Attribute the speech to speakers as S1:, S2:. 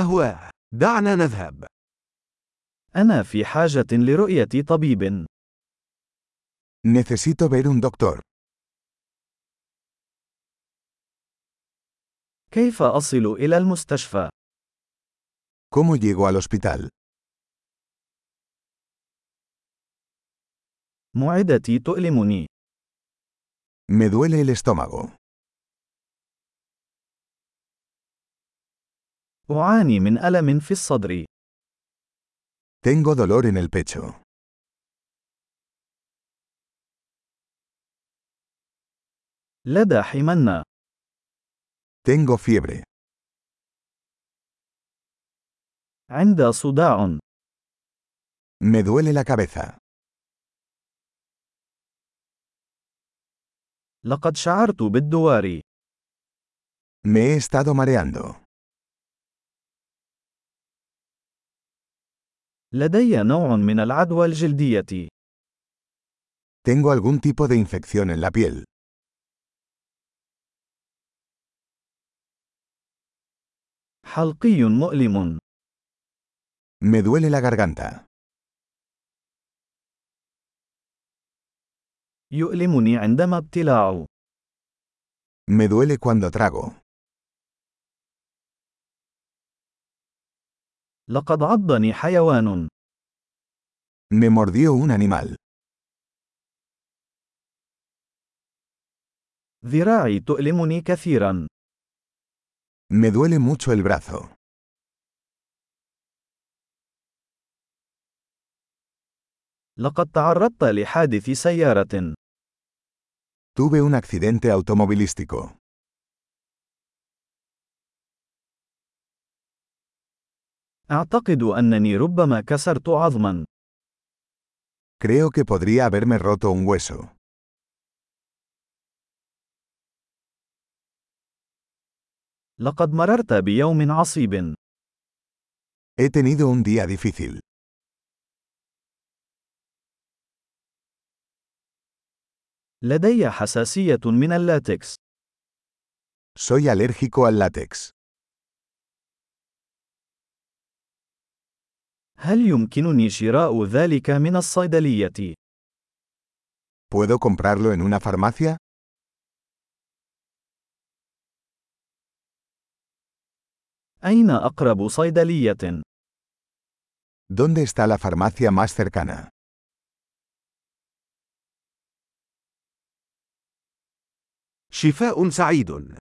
S1: المهواه. دعنا نذهب.
S2: أنا في حاجة لرؤية طبيب.
S3: Necesito ver un doctor.
S2: كيف أصل إلى المستشفى؟
S3: ¿Cómo llego al hospital?
S2: معدتي تؤلمني.
S3: Me duele el estómago.
S2: أعاني من ألم في الصدر.
S3: Tengo dolor en el pecho.
S2: لدى حمنة.
S3: Tengo fiebre.
S2: عند صداع.
S3: Me duele la cabeza.
S2: لقد شعرت بالدوار.
S3: Me he estado mareando.
S2: لدي نوع من العدوى الجلدية.
S3: Tengo algún tipo de infección en la piel.
S2: حلقي مؤلم.
S3: Me duele la garganta.
S2: يؤلمني عندما ابتلاع.
S3: Me duele cuando trago.
S2: لقد عضني حيوان.
S3: Me mordió un animal.
S2: ذراعي تؤلمني كثيرا.
S3: Me duele mucho el brazo.
S2: لقد تعرضت لحادث سيارة.
S3: Tuve un accidente automovilístico.
S2: أعتقد أنني ربما كسرت عظما.
S3: Creo que podría haberme roto un hueso.
S2: لقد مررت بيوم عصيب.
S3: He tenido un día difícil.
S2: لدي حساسية من اللاتكس.
S3: Soy alérgico al látex.
S2: هل يمكنني شراء ذلك من الصيدلية؟
S3: ¿Puedo comprarlo en una farmacia?
S2: أين أقرب صيدلية؟
S3: ¿Dónde está la farmacia más cercana?
S1: شفاء سعيد.